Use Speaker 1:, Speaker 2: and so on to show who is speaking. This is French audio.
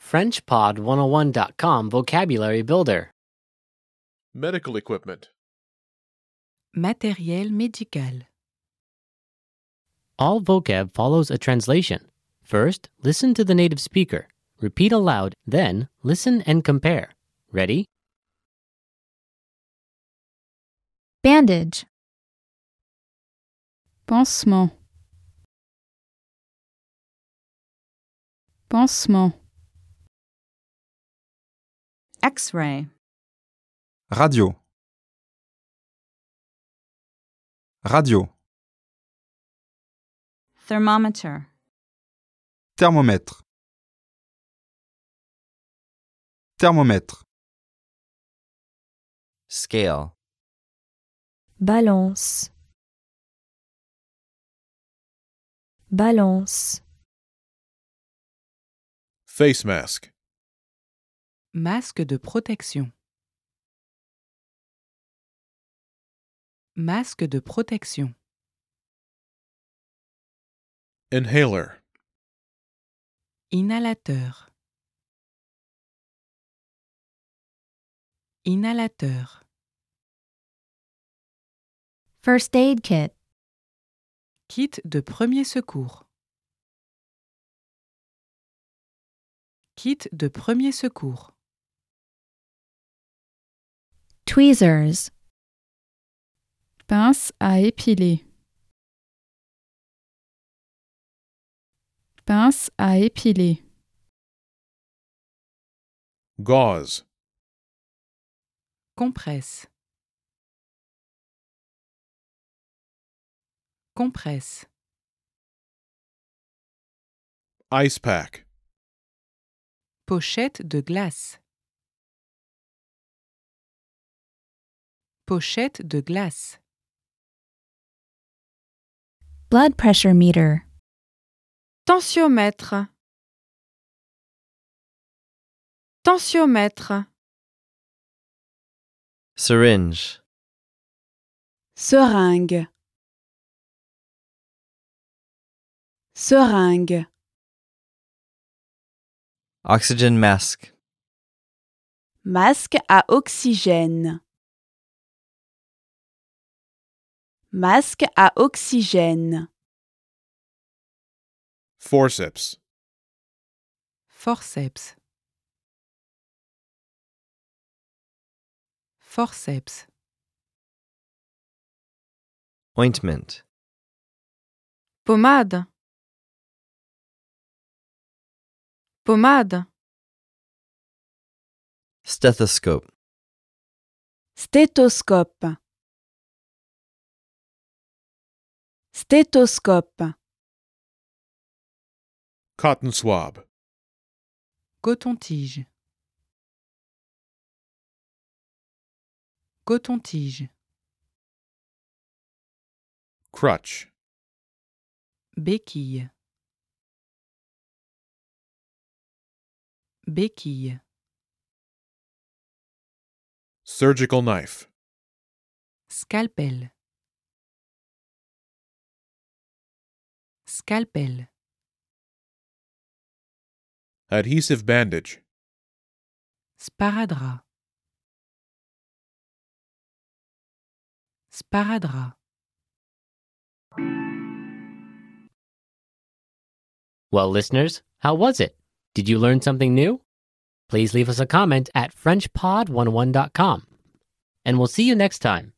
Speaker 1: FrenchPod101.com Vocabulary Builder.
Speaker 2: Medical equipment.
Speaker 3: Matériel médical.
Speaker 1: All vocab follows a translation. First, listen to the native speaker. Repeat aloud, then listen and compare. Ready?
Speaker 4: Bandage.
Speaker 3: Pansement. Pansement. X-ray.
Speaker 5: Radio. Radio.
Speaker 3: Thermometer.
Speaker 5: Thermomètre. Thermomètre.
Speaker 6: scale,
Speaker 4: Balance. Balance.
Speaker 2: Face mask.
Speaker 3: Masque de protection. Masque de protection.
Speaker 2: Inhaler.
Speaker 3: Inhalateur. Inhalateur.
Speaker 4: First aid kit.
Speaker 3: Kit de premier secours. Kit de premier secours.
Speaker 4: Tweezers.
Speaker 7: Pince à épiler. Pince à épiler.
Speaker 2: Gauze.
Speaker 3: Compresse. Compresse.
Speaker 2: Ice pack.
Speaker 3: Pochette de glace. Pochette de glace.
Speaker 4: Blood pressure meter.
Speaker 8: Tensiomètre. Tensiomètre.
Speaker 6: syringe,
Speaker 8: Seringue. Seringue.
Speaker 6: oxygen mask,
Speaker 8: Masque à oxygène. Masque à oxygène.
Speaker 2: Forceps.
Speaker 3: Forceps. Forceps.
Speaker 6: ointment,
Speaker 8: Pommade. Pommade.
Speaker 6: stethoscope,
Speaker 8: Stéthoscope. Stéthoscope.
Speaker 2: Cotton swab.
Speaker 3: Coton-tige. Coton-tige.
Speaker 2: Crutch.
Speaker 3: Béquille. Béquille.
Speaker 2: Surgical knife.
Speaker 3: Scalpel. Scalpel.
Speaker 2: Adhesive bandage.
Speaker 3: Sparadrap. Sparadrap.
Speaker 1: Well, listeners, how was it? Did you learn something new? oh Please leave us a comment at FrenchPod101.com. And we'll see you next time.